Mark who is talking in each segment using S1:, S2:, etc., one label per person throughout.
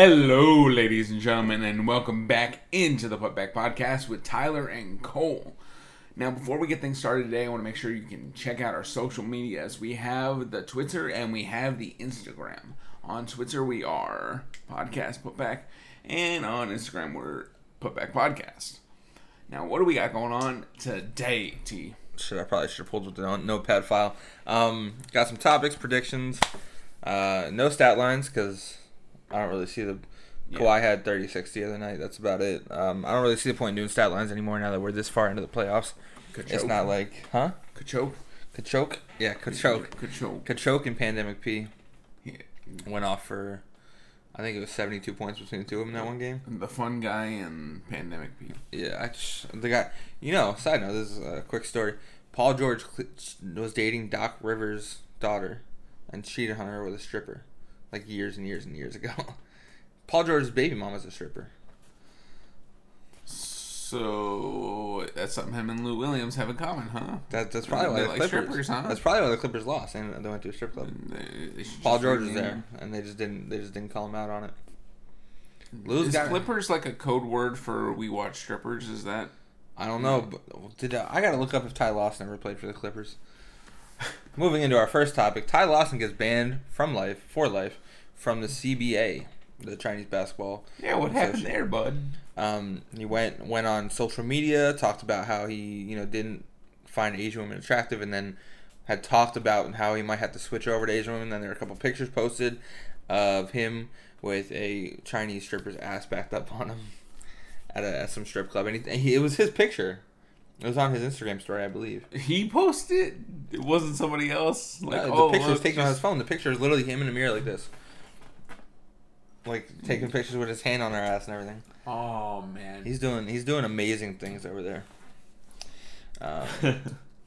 S1: Hello, ladies and gentlemen, and welcome back into the Putback Podcast with Tyler and Cole. Now, before we get things started today, I want to make sure you can check out our social medias. We have the Twitter and we have the Instagram. On Twitter, we are Podcast Putback, and on Instagram, we're Putback Podcast. Now, what do we got going on today, T?
S2: Shit, I probably should have pulled with the no- notepad file. Um, got some topics, predictions. Uh, no stat lines because I don't really see the. Kawhi had 36 the other night. That's about it. Um, I don't really see the point in doing stat lines anymore now that we're this far into the playoffs. It's
S1: choke.
S2: not like, huh?
S1: Kachoke?
S2: Kachoke? Yeah, Kachoke.
S1: Kachoke.
S2: Kachoke and Pandemic P
S1: Yeah.
S2: went off for, I think it was 72 points between the two of them in that one game.
S1: The fun guy and pandemic people.
S2: Yeah, I just, the guy. You know, side note. This is a quick story. Paul George cl- was dating Doc Rivers' daughter, and cheated on her with a stripper, like years and years and years ago. Paul George's baby mom is a stripper.
S1: So that's something him and Lou Williams have in common, huh?
S2: That, that's probably why
S1: They
S2: the
S1: like
S2: Clippers.
S1: strippers, huh?
S2: That's probably why the Clippers lost, and they went to a strip club.
S1: They- they should
S2: Paul
S1: just
S2: George was
S1: rename
S2: there,
S1: him.
S2: and they just didn't. They just didn't call him out on it. Lou's
S1: Mm. is
S2: got.
S1: Clippers like a code word for we watch strippers? Is that
S2: I don't know. But did uh, I gotta look up if Ty Lawson ever played for the Clippers? Moving into our first topic, Ty Lawson gets banned from life for life from the CBA, the Chinese Basketball.
S1: yeah? What happened
S2: Association.
S1: there, bud?
S2: Um, he went went on social media, talked about how he you know didn't find Asian women attractive, and then had talked about how he might have to switch over to Asian women. Then there were a couple pictures posted of him with a Chinese stripper's ass backed up on him at, a, at some strip club, and, he, and he, it was his picture. It was on his Instagram story, I believe.
S1: He posted. It wasn't somebody else. Like
S2: Uh, the
S1: oh,
S2: picture was
S1: look,
S2: taken on his
S1: just-
S2: phone. The picture is literally him in a mirror like this, like taking pictures with his hand on her ass and everything.
S1: Oh man.
S2: He's doing he's doing amazing things over there. Um,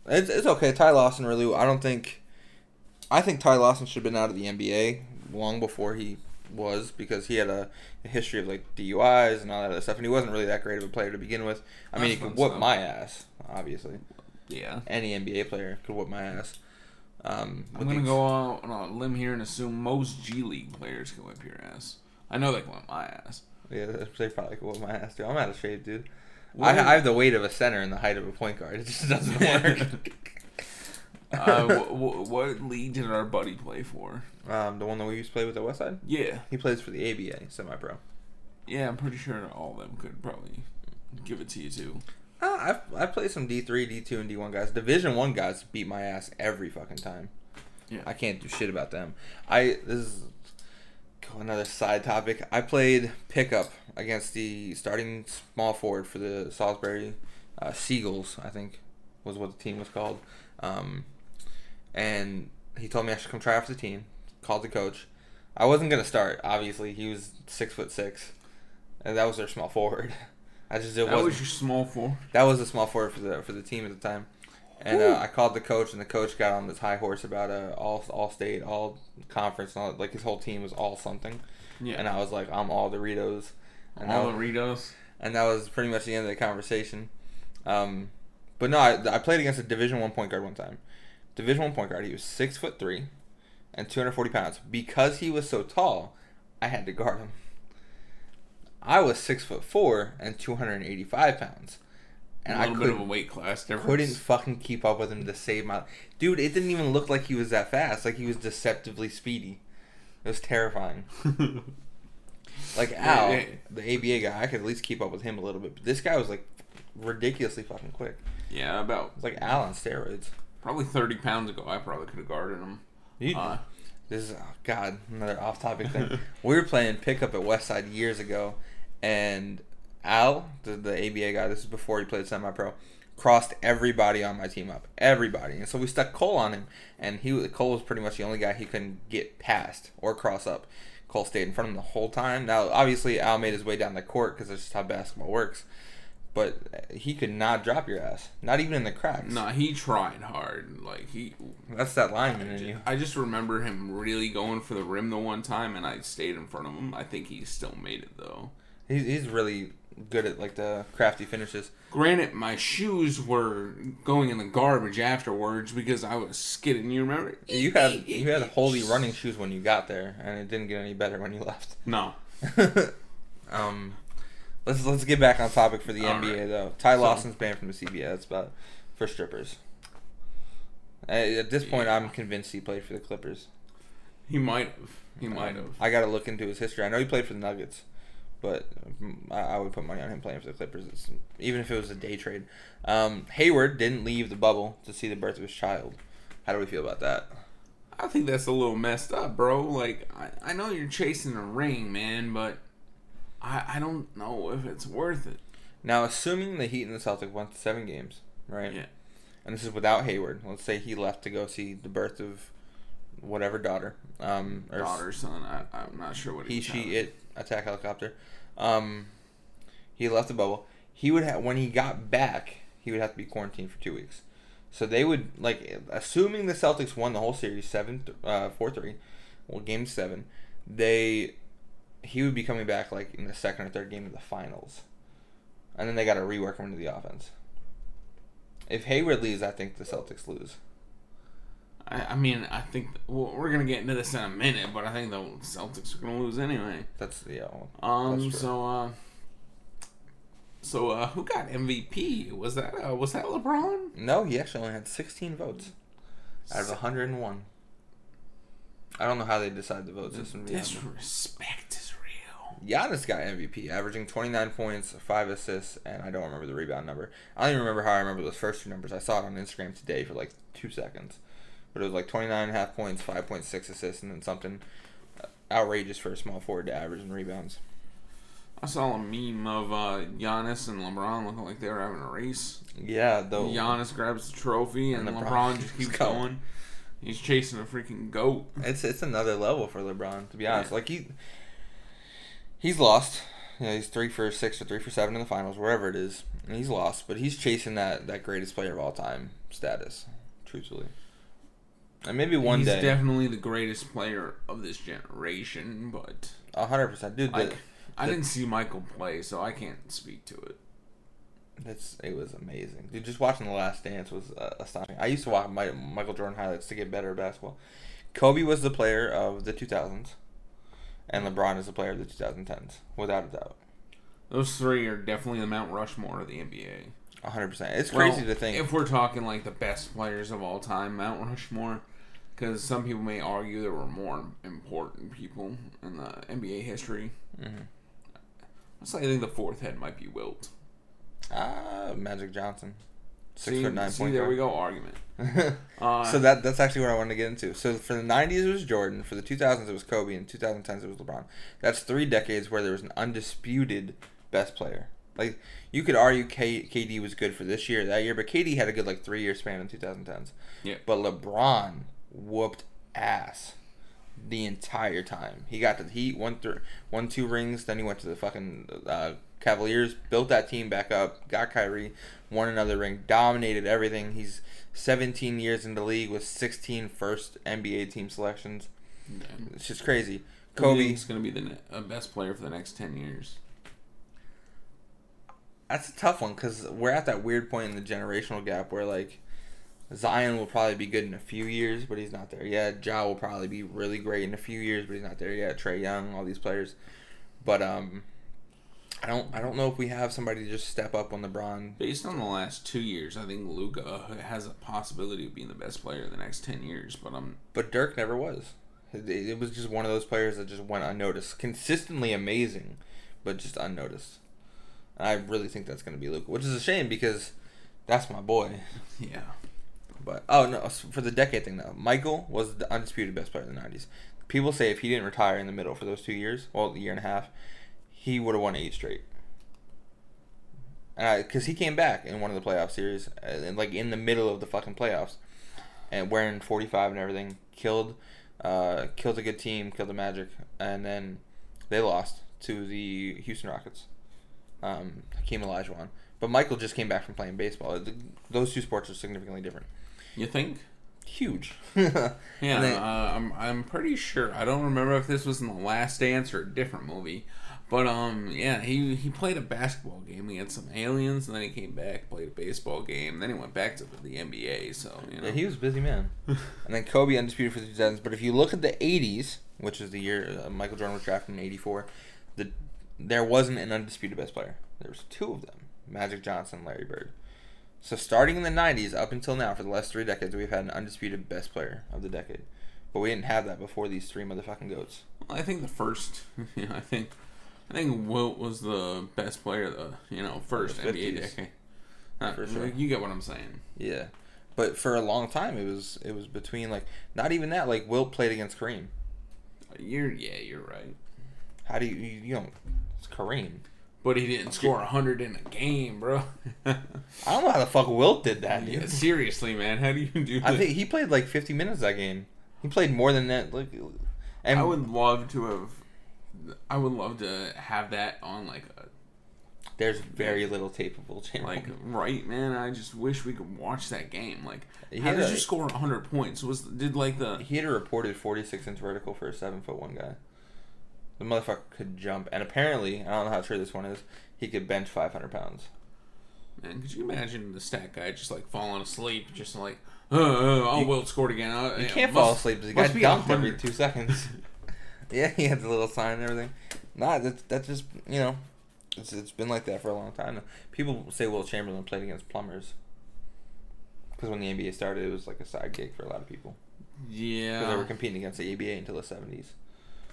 S2: it's, it's okay. Ty Lawson really. I don't think. I think Ty Lawson should have been out of the NBA long before he was because he had a, a history of like DUIs and all that other stuff, and he wasn't really that great of a player to begin with. I mean, he
S1: That's
S2: could
S1: what I'm
S2: whoop
S1: saying.
S2: my ass, obviously.
S1: yeah.
S2: Any NBA player could whoop my ass. Um,
S1: I'm
S2: with
S1: gonna
S2: the-
S1: go on, on a limb here and assume most G League players can whip your ass. I know they can whip my ass.
S2: Yeah, they probably could whoop my ass too. I'm out of shape, dude. I,
S1: What is-
S2: I have the weight of a center and the height of a point guard. It just doesn't work.
S1: Uh, w- w- what league did our buddy play for?
S2: um, the one that we used to play with at Westside.
S1: Yeah,
S2: He plays for the ABA, semi-pro.
S1: yeah. I'm pretty sure all of them could probably give it to you too.
S2: Uh, I've I've played some D three, D two, and D one guys. Division one guys beat my ass every fucking time.
S1: Yeah.
S2: I can't do shit about them. I this is another side topic. I played pickup against the starting small forward for the Salisbury uh, Seagulls. I think was what the team was called. Um, and he told me I should come try out for the team. Called the coach. I wasn't gonna start. Obviously, he was six foot six, and that was their small forward. I just it
S1: That
S2: wasn't
S1: was your small four.
S2: that was a small forward for the for the team at the time. And uh, I called the coach, and the coach got on this high horse about uh, all all state, all conference, and all, like his whole team was all something.
S1: Yeah.
S2: And I was like, I'm all Doritos, and that
S1: all
S2: was,
S1: the Ritos.
S2: and that was pretty much the end of the conversation. Um, but no, I, I played against a Division One point guard one time. Division One point guard, he was six foot three, and 240 pounds. Because he was so tall, I had to guard him. I was six foot four and 285 pounds, and
S1: a
S2: I
S1: little bit of a
S2: couldn't
S1: weight class difference.
S2: couldn't fucking keep up with him to save my dude. It didn't even look like he was that fast. Like he was deceptively speedy. It was terrifying. Like Al,
S1: yeah.
S2: the ABA guy, I could at least keep up with him a little bit. But this guy was like ridiculously fucking quick.
S1: yeah, about
S2: It's like Al on steroids.
S1: probably 30 pounds ago, I probably could have guarded him.
S2: You-
S1: Uh,
S2: This is oh god, another off topic thing. we were playing pickup at Westside years ago, and Al, the, the ABA guy, this is before he played semi pro, crossed everybody on my team up, everybody, and so we stuck Cole on him, and he Cole was pretty much the only guy he couldn't get past or cross up. Cole stayed in front of him the whole time. Now, obviously, Al made his way down the court because that's just how basketball works. But he could not drop your ass, not even in the cracks.
S1: nah, he tried hard. Like, he.
S2: That's that lineman in you.
S1: I just remember him really going for the rim the one time, and I stayed in front of him. I think he still made it, though.
S2: He's, he's really good at like the crafty finishes.
S1: Granted, my shoes were going in the garbage afterwards because I was skidding. You remember?
S2: You had you had holy running shoes when you got there, and it didn't get any better when you left.
S1: No.
S2: um, let's let's get back on topic for the
S1: All
S2: NBA
S1: right.
S2: though. Ty
S1: So-
S2: Lawson's banned from the CBA. That's about for strippers. At at this point,
S1: Yeah.
S2: I'm convinced he played for the Clippers.
S1: He might have. He might have.
S2: I gotta look into his history. I know he played for the Nuggets, but um, I, I would put money on him playing for the Clippers, it's, even if it was a day trade. Um, Hayward didn't leave the bubble to see the birth of his child. How do we feel about that?
S1: I think that's a little messed up, bro. Like, I, I know you're chasing a ring, man, but I, I don't know if it's worth it.
S2: Now, assuming the Heat and the Celtics went to seven games, right?
S1: Yeah.
S2: And this is without Hayward. Let's say he left to go see the birth of whatever daughter. Um, or s-
S1: Daughter, son, I, I'm not sure what
S2: he,
S1: he's
S2: she,
S1: having.
S2: it, attack helicopter. Um, he left the bubble. He would have when he got back, he would have to be quarantined for two weeks. So they would like, assuming the Celtics won the whole series seven, uh, four three, well, game seven, they, he would be coming back like in the second or third game of the finals, and then they got to rework him into the offense. If Hayward leaves, I think the Celtics lose.
S1: I, I mean, I think well, we're gonna get into this in a minute, but I think the Celtics are gonna lose anyway.
S2: That's yeah. well,
S1: Um,
S2: That's true.
S1: so uh, so uh, who got MVP? Was that uh, was that LeBron?
S2: No, he actually only had 16 votes out of
S1: Si-
S2: 101. I don't know how they decide the vote system. to be honest.
S1: Disrespect is real.
S2: Giannis got MVP, averaging 29 points, 5 assists, and I don't remember the rebound number. I don't even remember how I remember those first two numbers. I saw it on Instagram today for like two seconds. But it was like 29 and a half points, 5.6 assists, and then something outrageous for a small forward to average in rebounds.
S1: I saw a meme of uh, Giannis and LeBron looking like they were having a race.
S2: Yeah, though.
S1: Giannis grabs the trophy, and,
S2: Oh. And LeBron
S1: LeBron, just
S2: keeps
S1: keeps
S2: going.
S1: going. He's chasing a freaking goat.
S2: It's it's another level for LeBron, to be honest.
S1: Yeah.
S2: Like he he's lost. You know, he's three for six or three for seven in the finals, wherever it is, and he's lost. But he's chasing that that greatest player of all time status, truthfully. And maybe one
S1: He's
S2: day,
S1: definitely the greatest player of this generation, but
S2: a hundred percent, dude.
S1: like
S2: that-
S1: I
S2: the-
S1: didn't see Michael play, so I can't speak to it.
S2: that's it was amazing, dude. Just watching the Last Dance was uh, astonishing. I used to watch my, Michael Jordan highlights to get better at basketball. Kobe was the player of the 2000s, and LeBron is the player of the 2010s, without a doubt.
S1: Those three are definitely the Mount Rushmore of the NBA.
S2: A hundred percent. It's crazy
S1: Well,
S2: to think.
S1: if we're talking like the best players of all time, Mount Rushmore, because some people may argue there were more important people in the NBA history.
S2: Mhm.
S1: Mm-hmm. I'd say I think the fourth head might be Wilt.
S2: Ah, Magic Johnson, six
S1: see,
S2: foot nine
S1: see
S2: point
S1: there we
S2: guard.
S1: go argument. Uh,
S2: so that that's actually what I wanted to get into. So for the '90s it was Jordan, for the 2000s it was Kobe, and 2010s it was LeBron. That's three decades where there was an undisputed best player. Like you could argue K- KD was good for this year, that year, but KD had a good like three year span in 2010s.
S1: Yeah.
S2: But LeBron whooped ass the entire time. He got to the Heat, won through won two rings, then he went to the fucking uh, Cavaliers, built that team back up, got Kyrie, won another ring, dominated everything. He's 17 years in the league with 16 first NBA team selections. It's just crazy. Kobe,
S1: Kobe's going to be the ne- uh, best player for the next ten years.
S2: that's a tough one because we're at that weird point in the generational gap where like Zion will probably be good in a few years, but he's not there yet. Ja will probably be really great in a few years, but he's not there yet. Trey Young, all these players, but um, I don't I don't know if we have somebody to just step up on LeBron.
S1: Based on the last two years, I think Luca has a possibility of being the best player in the next ten years. But um, I'm
S2: But Dirk never was. It, it was just one of those players that just went unnoticed, consistently amazing, but just unnoticed. And I really think that's going to be Luke, which is a shame because that's my boy.
S1: yeah.
S2: But oh no, s- for the decade thing though, Michael was the undisputed best player in the '90s. People say if he didn't retire in the middle for those two years, well, the year and a half, he would have won eight straight. And because he came back in one of the playoff series, uh, and like in the middle of the fucking playoffs, and wearing 45 and everything, killed, uh, killed a good team, killed the Magic, and then they lost to the Houston Rockets. Um, Hakeem Olajuwon, but Michael just came back from playing baseball. Th- Those two sports are significantly different
S1: You think?
S2: huge. yeah,
S1: Yeah, uh, I'm I'm pretty sure. I don't remember if this was in the Last Dance or a different movie, but um, yeah, he he played a basketball game. He had some aliens, and then he came back, played a baseball game, then he went back to the NBA. So you know,
S2: he was a busy man. and then Kobe undisputed for the 2000s. But if you look at the 80s, which is the year uh, Michael Jordan was drafted in 84, the there wasn't an undisputed best player. There was two of them: Magic Johnson, Larry Bird. So starting in the '90s up until now, for the last three decades, we've had an undisputed best player of the decade, but we didn't have that before these three motherfucking goats.
S1: I think the first. Yeah, I think. I think Wilt was the best player. Of the you know first
S2: The
S1: NBA
S2: 50s.
S1: decade. Not,
S2: For sure.
S1: You get what I'm saying.
S2: Yeah, but for a long time, it was it was between like not even that. Like Wilt played against Kareem.
S1: You're yeah, you're right.
S2: How do you you, you don't? It's Kareem.
S1: But he didn't score hundred in a game, bro.
S2: I don't know how the fuck Wilt did that, dude.
S1: Yeah, seriously, man, how do you do that?
S2: I think he played like 50 minutes that game. He played more than that. Like, and
S1: I would love to have. I would love to have that on like a,
S2: there's very little tapeable
S1: like
S2: Chamberlain.
S1: right man. I just wish we could watch that game. Like,
S2: He
S1: how
S2: had
S1: did
S2: a-
S1: you score 100 points? Was did like the
S2: he had a reported 46 inch vertical for a seven foot one guy. The motherfucker could jump, and apparently, I don't know how true this one is. He could bench 500 pounds.
S1: man? Could you imagine the stat guy just like falling asleep, just like uh, uh, oh, Wilt scored again. Uh,
S2: You can't fall asleep. The guy
S1: must be
S2: dunked every
S1: 100.
S2: two seconds. yeah, he had the little sign and everything. Nah, that's that's just you know, it's it's been like that for a long time. now. People say Will Chamberlain played against plumbers. Because when the NBA started, it was like a side gig for a lot of people. Because they
S1: Yeah,
S2: were competing against the ABA until the seventies.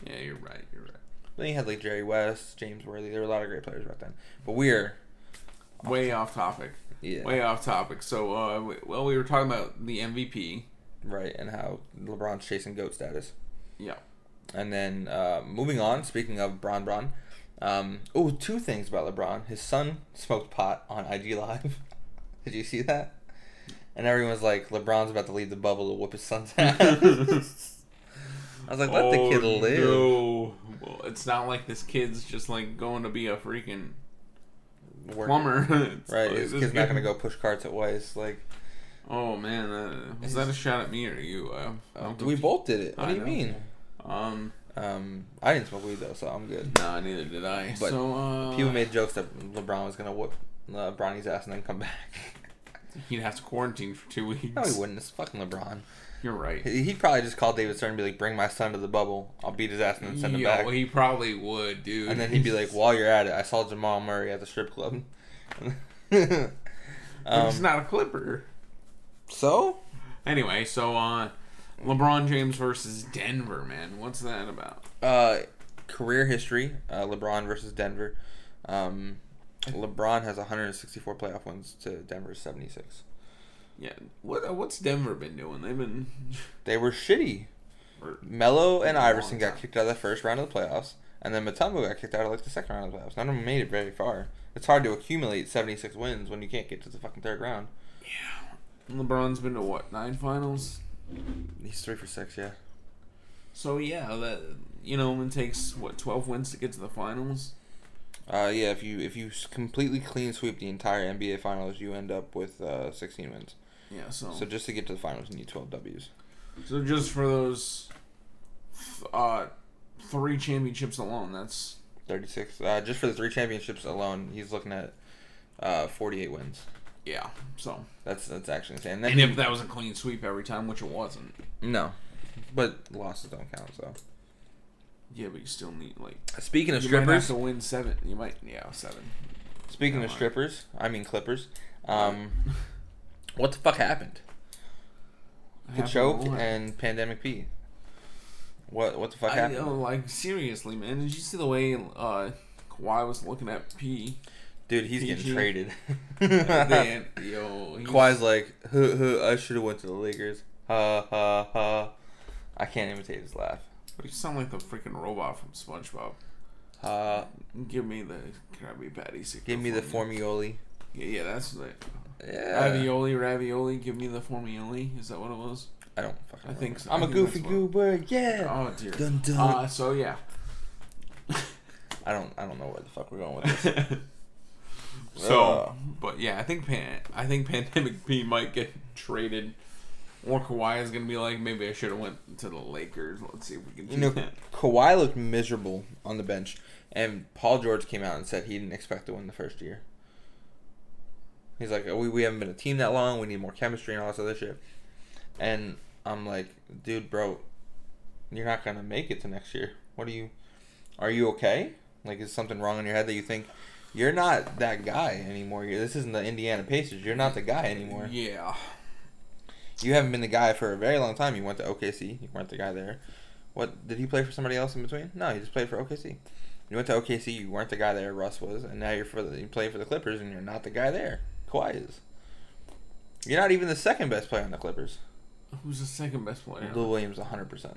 S1: yeah, you're right. You're right.
S2: Then you had like Jerry West, James Worthy. There were a lot of great players back then. But we're
S1: Way off topic.
S2: yeah
S1: Way off topic. So, uh, we- well, we were talking about the MVP.
S2: right, and how LeBron's chasing goat status.
S1: Yeah.
S2: And then uh, moving on, speaking of Bron Bron, um, oh, two things about LeBron. His son smoked pot on IG Live. Did you see that? And everyone's like, LeBron's about to leave the bubble to whoop his son's ass. I was like, let the kid
S1: Oh,
S2: live.
S1: No. Well, it's not like this kid's just like going to be a freaking
S2: Work-
S1: plumber. It's
S2: Right,
S1: like,
S2: his
S1: this
S2: kid's not
S1: kid-
S2: gonna go push carts at Weiss. Like,
S1: Oh man, uh, was that a shot at me or you? Uh, I'm
S2: we both did it. What
S1: I
S2: do you
S1: know.
S2: mean?
S1: Um,
S2: Um, I didn't smoke weed though, so I'm good.
S1: no, neither did I.
S2: But
S1: so uh,
S2: People made jokes that LeBron was gonna whoop uh, Bronny's ass and then come back.
S1: he'd have to quarantine for two weeks.
S2: no, he wouldn't. It's fucking LeBron.
S1: You're right.
S2: He- He'd probably just call David Stern and be like, "Bring my son to the bubble. I'll beat his ass and then send him
S1: Yo,
S2: back."
S1: he probably would, dude.
S2: and then he'd be like, "While you're at it, I saw Jamal Murray at the strip club."
S1: "It's
S2: um,
S1: not a Clipper."
S2: so
S1: Anyway, so uh, LeBron James versus Denver, man. What's that about?
S2: uh, career history: uh, LeBron versus Denver. Um, LeBron has 164 playoff wins to Denver's 76.
S1: Yeah, what uh, what's Denver been doing? They've been
S2: They were shitty.
S1: or-
S2: Melo and
S1: Long
S2: Iverson got
S1: time.
S2: kicked out of the first round of the playoffs, and then Matumbo got kicked out of like the second round of the playoffs. None of them made it very far. It's hard to accumulate 76 wins when you can't get to the fucking third round.
S1: LeBron's been to what nine finals?
S2: He's three for six, yeah.
S1: So yeah, that you know it takes what twelve wins to get to the finals.
S2: Uh, yeah, if you if you s- completely clean sweep the entire NBA Finals, you end up with uh, 16 wins.
S1: Yeah, so
S2: So
S1: so,
S2: just to get to the finals, you need 12 Ws.
S1: just for those uh three championships alone, that's
S2: 36. Uh, just for the three championships alone, he's looking at uh, 48 wins.
S1: yeah. So
S2: That's that's actually insane. And then
S1: and if that was a clean sweep every time, which it wasn't,
S2: no, but losses don't count. So
S1: yeah, but you still need like
S2: speaking
S1: you
S2: of
S1: might have
S2: strippers,
S1: to win seven. You might yeah seven.
S2: Speaking of
S1: Come on.
S2: strippers, I mean Clippers. Um, what the fuck happened? Kachok
S1: Happened a lot.
S2: and Pandemic P. What what the fuck
S1: I,
S2: happened?
S1: oh, like seriously, man, did you see the way uh Kawhi was looking at P?
S2: Dude, he's
S1: PG.
S2: getting traded.
S1: Then, yo, he's-
S2: Kawhi's like, huh, huh, I should have went to the Lakers. Ha ha ha. I can't imitate his laugh.
S1: You sound like the freaking robot from SpongeBob.
S2: Uh,
S1: Give me the Krabby Patty. secret
S2: give me the
S1: formula.
S2: formioli.
S1: Yeah, yeah, that's the
S2: Yeah.
S1: ravioli. Ravioli. Give me the formioli. Is that what it was?
S2: I don't fucking.
S1: I think
S2: remember.
S1: so.
S2: I'm
S1: I
S2: a
S1: think
S2: goofy
S1: that's what-
S2: goober. Yeah.
S1: Oh dear.
S2: Dun dun.
S1: Uh, so yeah.
S2: I don't. I don't know where the fuck we're going with this.
S1: so,
S2: Ugh.
S1: but yeah, I think pan. I think pandemic P might get traded, or Kawhi is gonna be like, maybe I should have went to the Lakers. Let's see if we can.
S2: You
S1: do
S2: know,
S1: that.
S2: Kawhi looked miserable on the bench, and Paul George came out and said he didn't expect to win the first year. He's like, "Oh, we, we haven't been a team that long. We need more chemistry and all this other shit. And I'm like, dude, bro, you're not gonna make it to next year. What are you? Are you okay? Like, is something wrong in your head that you think you're not that guy anymore? You're, this isn't the Indiana Pacers. You're not the guy anymore.
S1: Yeah.
S2: You haven't been the guy for a very long time. You went to OKC. You weren't the guy there. What did he play for somebody else in between? No, he just played for OKC. You went to OKC. You weren't the guy there. Russ was, and now you're for the, you play for the Clippers, and you're not the guy there. Kawhi is. You're not even the second best player on the Clippers.
S1: Who's the second best player?
S2: Lou Williams, 100%.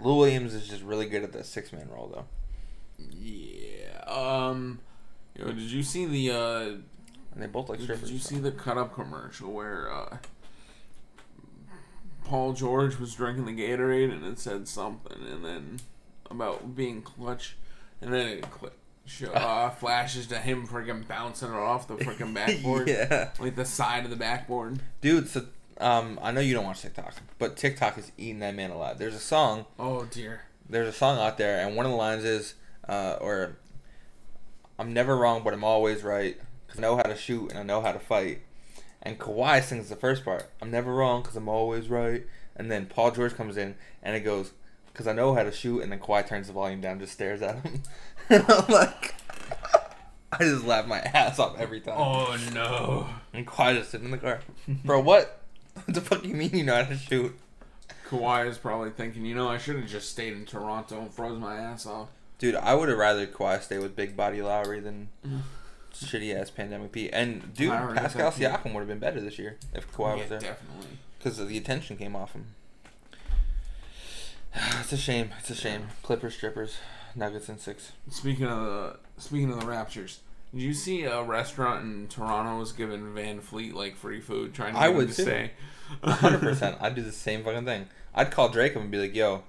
S2: Lou Williams is just really good at the six man role, though.
S1: Yeah. Um. Yo, did you see the? uh
S2: And they both like
S1: Did
S2: strippers.
S1: you
S2: so.
S1: see the cut up commercial where uh Paul George was drinking the Gatorade and it said something, and then about being clutch, and then it cl- show, uh, flashes to him freaking bouncing it off the freaking backboard,
S2: yeah.
S1: like the side of the backboard.
S2: Dude, so um, I know you don't watch TikTok, but TikTok is eating that man alive. There's a song.
S1: Oh dear.
S2: There's a song out there, and one of the lines is, uh, or I'm never wrong, but I'm always right. 'cause I know how to shoot and I know how to fight. And Kawhi sings the first part. I'm never wrong because I'm always right. And then Paul George comes in and it goes, because I know how to shoot. And then Kawhi turns the volume down, and just stares at him. and I'm like, I just laugh my ass off every time.
S1: Oh no.
S2: And Kawhi just sitting in the car. Bro, what? what the fuck you mean you know how to shoot?
S1: Kawhi is probably thinking, you know, I should have just stayed in Toronto and froze my ass off.
S2: Dude, I would have rather Kawhi stay with Big Body Lowry than shitty ass Pandemic P. And
S1: Mm.
S2: dude,
S1: Lowry is
S2: Pascal
S1: that kid.
S2: Siakam would have been better this year if Kawhi
S1: yeah,
S2: was there
S1: definitely.
S2: because the attention came off him. it's a shame. It's a shame. Clippers, strippers, Nuggets in six.
S1: Speaking of the speaking of the Raptors, did you see a restaurant in Toronto was giving Van Fleet like free food, trying to
S2: I
S1: get him
S2: would
S1: to
S2: too.
S1: stay?
S2: Hundred percent. I'd do the same fucking thing. I'd call Drake up and be like, "Yo,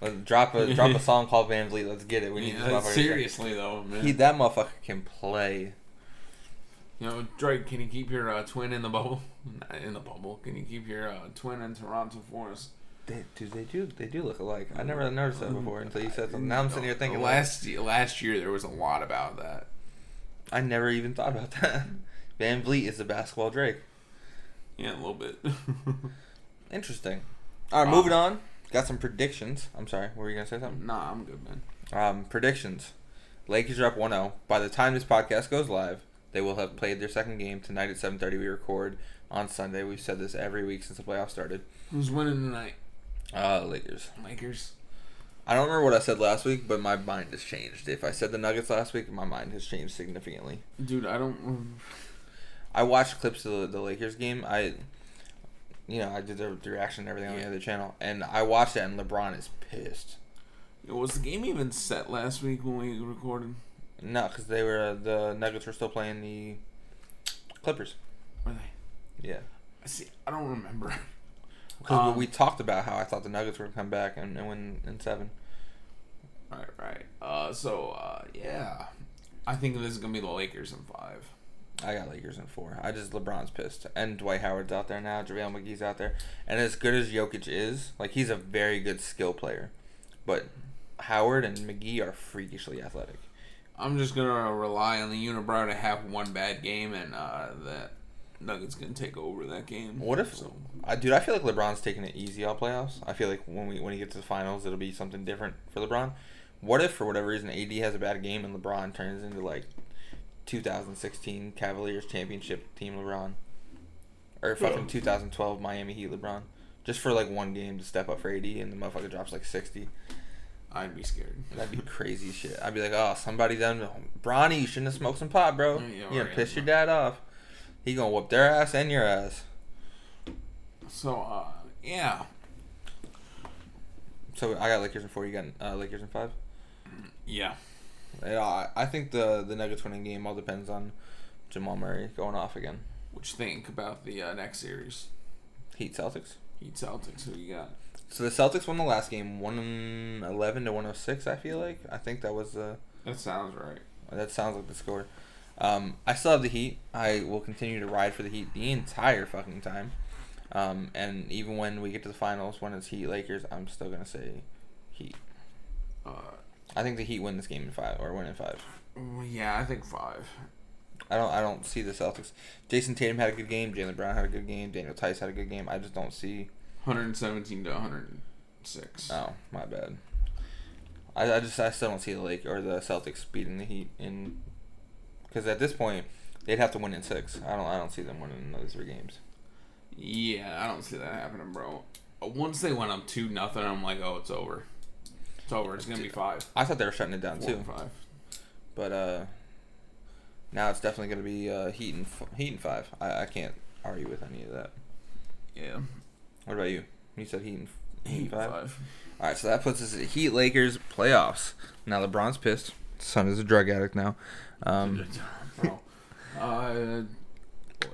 S2: let- drop a drop a song called Van Vliet. Let's get it. We
S1: Yeah,
S2: need this
S1: like,
S2: motherfucker." to stay."
S1: seriously though, man.
S2: He that motherfucker can play.
S1: you know, Drake, can you keep your uh, twin in the bubble? Not in the bubble. Can you keep your uh, twin in Toronto for us?
S2: They, dude, they do. They do look alike. I never noticed
S1: Mm-hmm.
S2: that before until you said something. Now I'm sitting here thinking. like,
S1: Last ye- last year there was a lot about that.
S2: I never even thought about that. Van Vliet is the basketball Drake.
S1: Yeah, a little bit.
S2: Interesting. All right,
S1: Wow.
S2: moving on. Got some predictions. I'm sorry. Were you gonna say something?
S1: nah, I'm good, man.
S2: Um, predictions. Lakers are up 1-0. By the time this podcast goes live, they will have played their second game tonight at 7:30. We record on Sunday. We've said this every week since the playoffs started.
S1: Who's winning tonight?
S2: Uh, Lakers.
S1: Lakers.
S2: I don't remember what I said last week, but my mind has changed. If I said the Nuggets last week, my mind has changed significantly.
S1: Dude, I don't.
S2: I watched clips of the, the Lakers game. I, you know, I did the, the reaction and everything on the
S1: Yeah.
S2: other channel, and I watched that, and LeBron is pissed.
S1: Was the game even set last week when we recorded?
S2: No, because they were the Nuggets were still playing the Clippers.
S1: Were they?
S2: Yeah,
S1: See, I don't remember.
S2: because
S1: Um,
S2: we talked about how I thought the Nuggets were gonna come back and, and win in seven.
S1: Right, right. Uh, so uh, yeah, I think this is gonna be the Lakers in five.
S2: I got Lakers in four. I just LeBron's pissed, and Dwight Howard's out there now. JaVale McGee's out there, and as good as Jokic is, like he's a very good skill player, but Howard and McGee are freakishly athletic.
S1: I'm just gonna rely on the unibrow to have one bad game, and uh, that Nuggets gonna take over that game.
S2: What if,
S1: So,
S2: I, dude? I feel like LeBron's taking it easy all playoffs. I feel like when we when he gets to the finals, it'll be something different for LeBron. What if for whatever reason AD has a bad game and LeBron turns into like 2016 Cavaliers championship team LeBron, or fucking 2012 Miami Heat LeBron, just for like one game to step up for AD and the motherfucker drops like 60.
S1: I'd be scared.
S2: That'd be crazy shit. I'd be like, oh, somebody done. Bronny, you shouldn't have smoked some pot, bro.
S1: Yeah,
S2: you
S1: right,
S2: gonna piss your
S1: right.
S2: dad off. He gonna whoop their ass and your ass.
S1: So uh, yeah,
S2: So I got Lakers in four. You got uh, Lakers in five.
S1: yeah.
S2: Yeah, I- I think the the Nuggets winning game all depends on Jamal Murray going off again.
S1: What you think about the uh, next series?
S2: Heat Celtics.
S1: Heat Celtics. Who you got?
S2: So the Celtics won the last game, one eleven to one oh six. I feel like I think that was the
S1: That sounds right.
S2: that sounds like the score. Um, I still have the Heat. I will continue to ride for the Heat the entire fucking time. Um, and even when we get to the finals, when it's Heat Lakers, I'm still gonna say Heat.
S1: Uh,
S2: I think the Heat win this game in five or win in five.
S1: well, yeah, I think five.
S2: I don't I don't see the Celtics. Jason Tatum had a good game. Jalen Brown had a good game. Daniel Tice had a good game. I just don't see.
S1: 117 to 106.
S2: Oh, my bad. Oh, I, I just I still don't see the Lake or the Celtics beating the Heat in because at this point they'd have to win in six. I don't I don't see them winning another three games.
S1: Yeah, I don't see that happening, bro. Uh, Once they went up two nothing, I'm like, oh, it's over. It's over. It's gonna be five.
S2: I thought they were shutting it down
S1: Four
S2: too,
S1: and five.
S2: but uh, now it's definitely gonna be uh, Heat and f- Heat and five. I, I can't argue with any of that.
S1: Yeah.
S2: What about you? You said Heat and, f- heat
S1: Eight
S2: and
S1: five.
S2: five. All right, so that puts us at Heat Lakers playoffs. Now LeBron's pissed. Son is a drug addict now. Um,
S1: bro. Uh,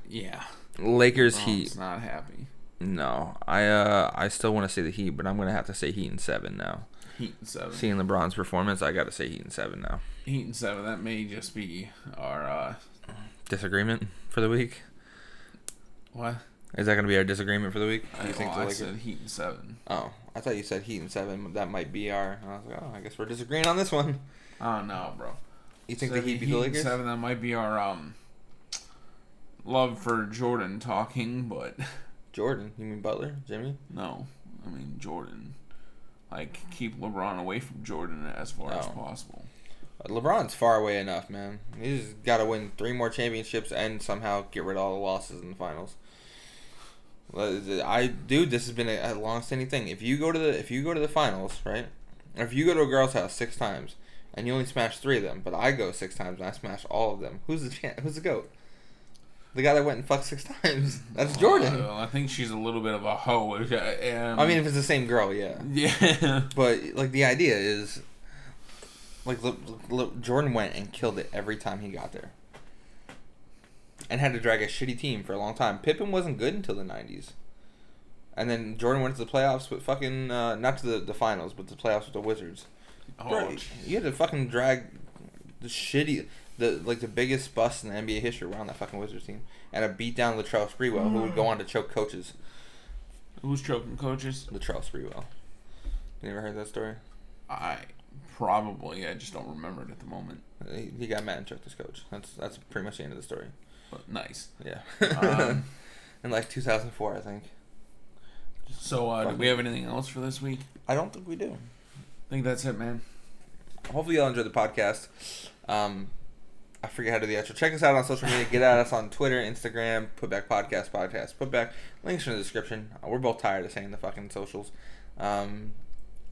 S1: yeah.
S2: Lakers
S1: Bron's
S2: Heat.
S1: not happy.
S2: No, I uh, I still want to say the Heat, but I'm gonna have to say Heat in seven now.
S1: Heat and seven.
S2: Seeing LeBron's performance, I gotta say Heat in seven now.
S1: Heat and seven. That may just be our uh,
S2: Disagreement for the week.
S1: what?
S2: Is that gonna be our disagreement for the week? Do
S1: I,
S2: you think
S1: well,
S2: the
S1: I
S2: Lakers-
S1: said Heat and seven.
S2: Oh, I thought you said Heat in seven. but That might be our. I was like, oh, I guess we're disagreeing on this one.
S1: Oh no, bro.
S2: You think
S1: So
S2: the Heat beat the
S1: and
S2: Lakers?
S1: Seven. That might be our um love for Jordan talking, but
S2: Jordan, you mean Butler, Jimmy?
S1: no. I mean Jordan. Like keep LeBron away from Jordan as far as
S2: Oh.
S1: possible.
S2: LeBron's far away enough, man. He's got to win three more championships and somehow get rid of all the losses in the finals. Well, I dude, this has been a, a long-standing thing. If you go to the if you go to the finals, right? Or if you go to a girl's house six times and you only smash three of them, but I go six times and I smash all of them, who's the champ? Who's the goat? The guy that went and fucked six times. That's Jordan.
S1: Well, Uh, I think she's a little bit of a hoe. if- um,
S2: I mean, if it's the same girl, yeah.
S1: yeah.
S2: But like the idea is, like Le- Le- Le- Jordan went and killed it every time he got there, and had to drag a shitty team for a long time. Pippen wasn't good until the '90s, and then Jordan went to the playoffs with fucking uh, not to the, the finals, but the playoffs with the Wizards.
S1: Oh,
S2: Bro, you had to fucking drag the shitty, the like the biggest bust in the NBA history around that fucking Wizards team, and a beat down Latrell Sprewell, who would go on to choke coaches.
S1: Who's choking coaches?
S2: Latrell Sprewell. You never heard that story?
S1: I probably. I just don't remember it at the moment.
S2: He, he got mad and choked his coach. That's that's pretty much the end of the story.
S1: But nice.
S2: Yeah.
S1: Um,
S2: In like 2004, I think.
S1: So, uh, do we have anything else for this week?
S2: I don't think we do.
S1: I think that's it, man.
S2: Hopefully, y'all enjoyed the podcast. Um, I forget how to do the outro. Check us out on social media. Get at us on Twitter, Instagram, Putback Podcast, Podcast, Putback. Links in the description. Uh, We're both tired of saying the fucking socials. Um,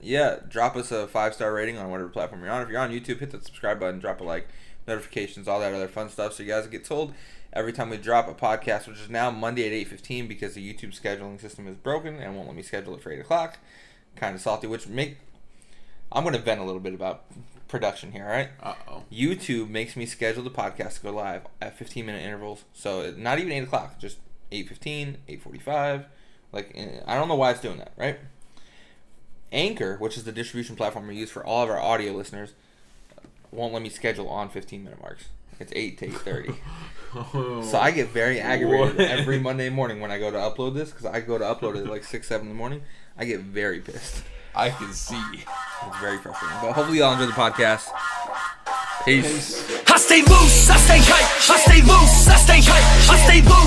S2: yeah, drop us a five star rating on whatever platform you're on. If you're on YouTube, hit that subscribe button, drop a like, notifications, all that other fun stuff, so you guys get told every time we drop a podcast, which is now Monday at eight fifteen because the YouTube scheduling system is broken and won't let me schedule it for eight o'clock. Kind of salty, which make I'm gonna vent a little bit about production here. All right,
S1: Uh oh.
S2: YouTube makes me schedule the podcast to go live at 15 minute intervals. So it- not even 8 o'clock, just 8.15, 8.45. Like, eh, I don't know why it's doing that, right? Anchor, which is the distribution platform we use for all of our audio listeners, won't let me schedule on 15 minute marks. It's 8 to 8.30. so I get very aggravated
S1: What?
S2: every Monday morning when I go to upload this because I go to upload it at like 6, 7 in the morning. I get very pissed.
S1: I can see.
S2: It's very frustrating. But hopefully y'all enjoy the podcast. Peace.
S1: Peace.
S3: I stay loose, I stay hype, I stay loose, I stay hype, I stay loose.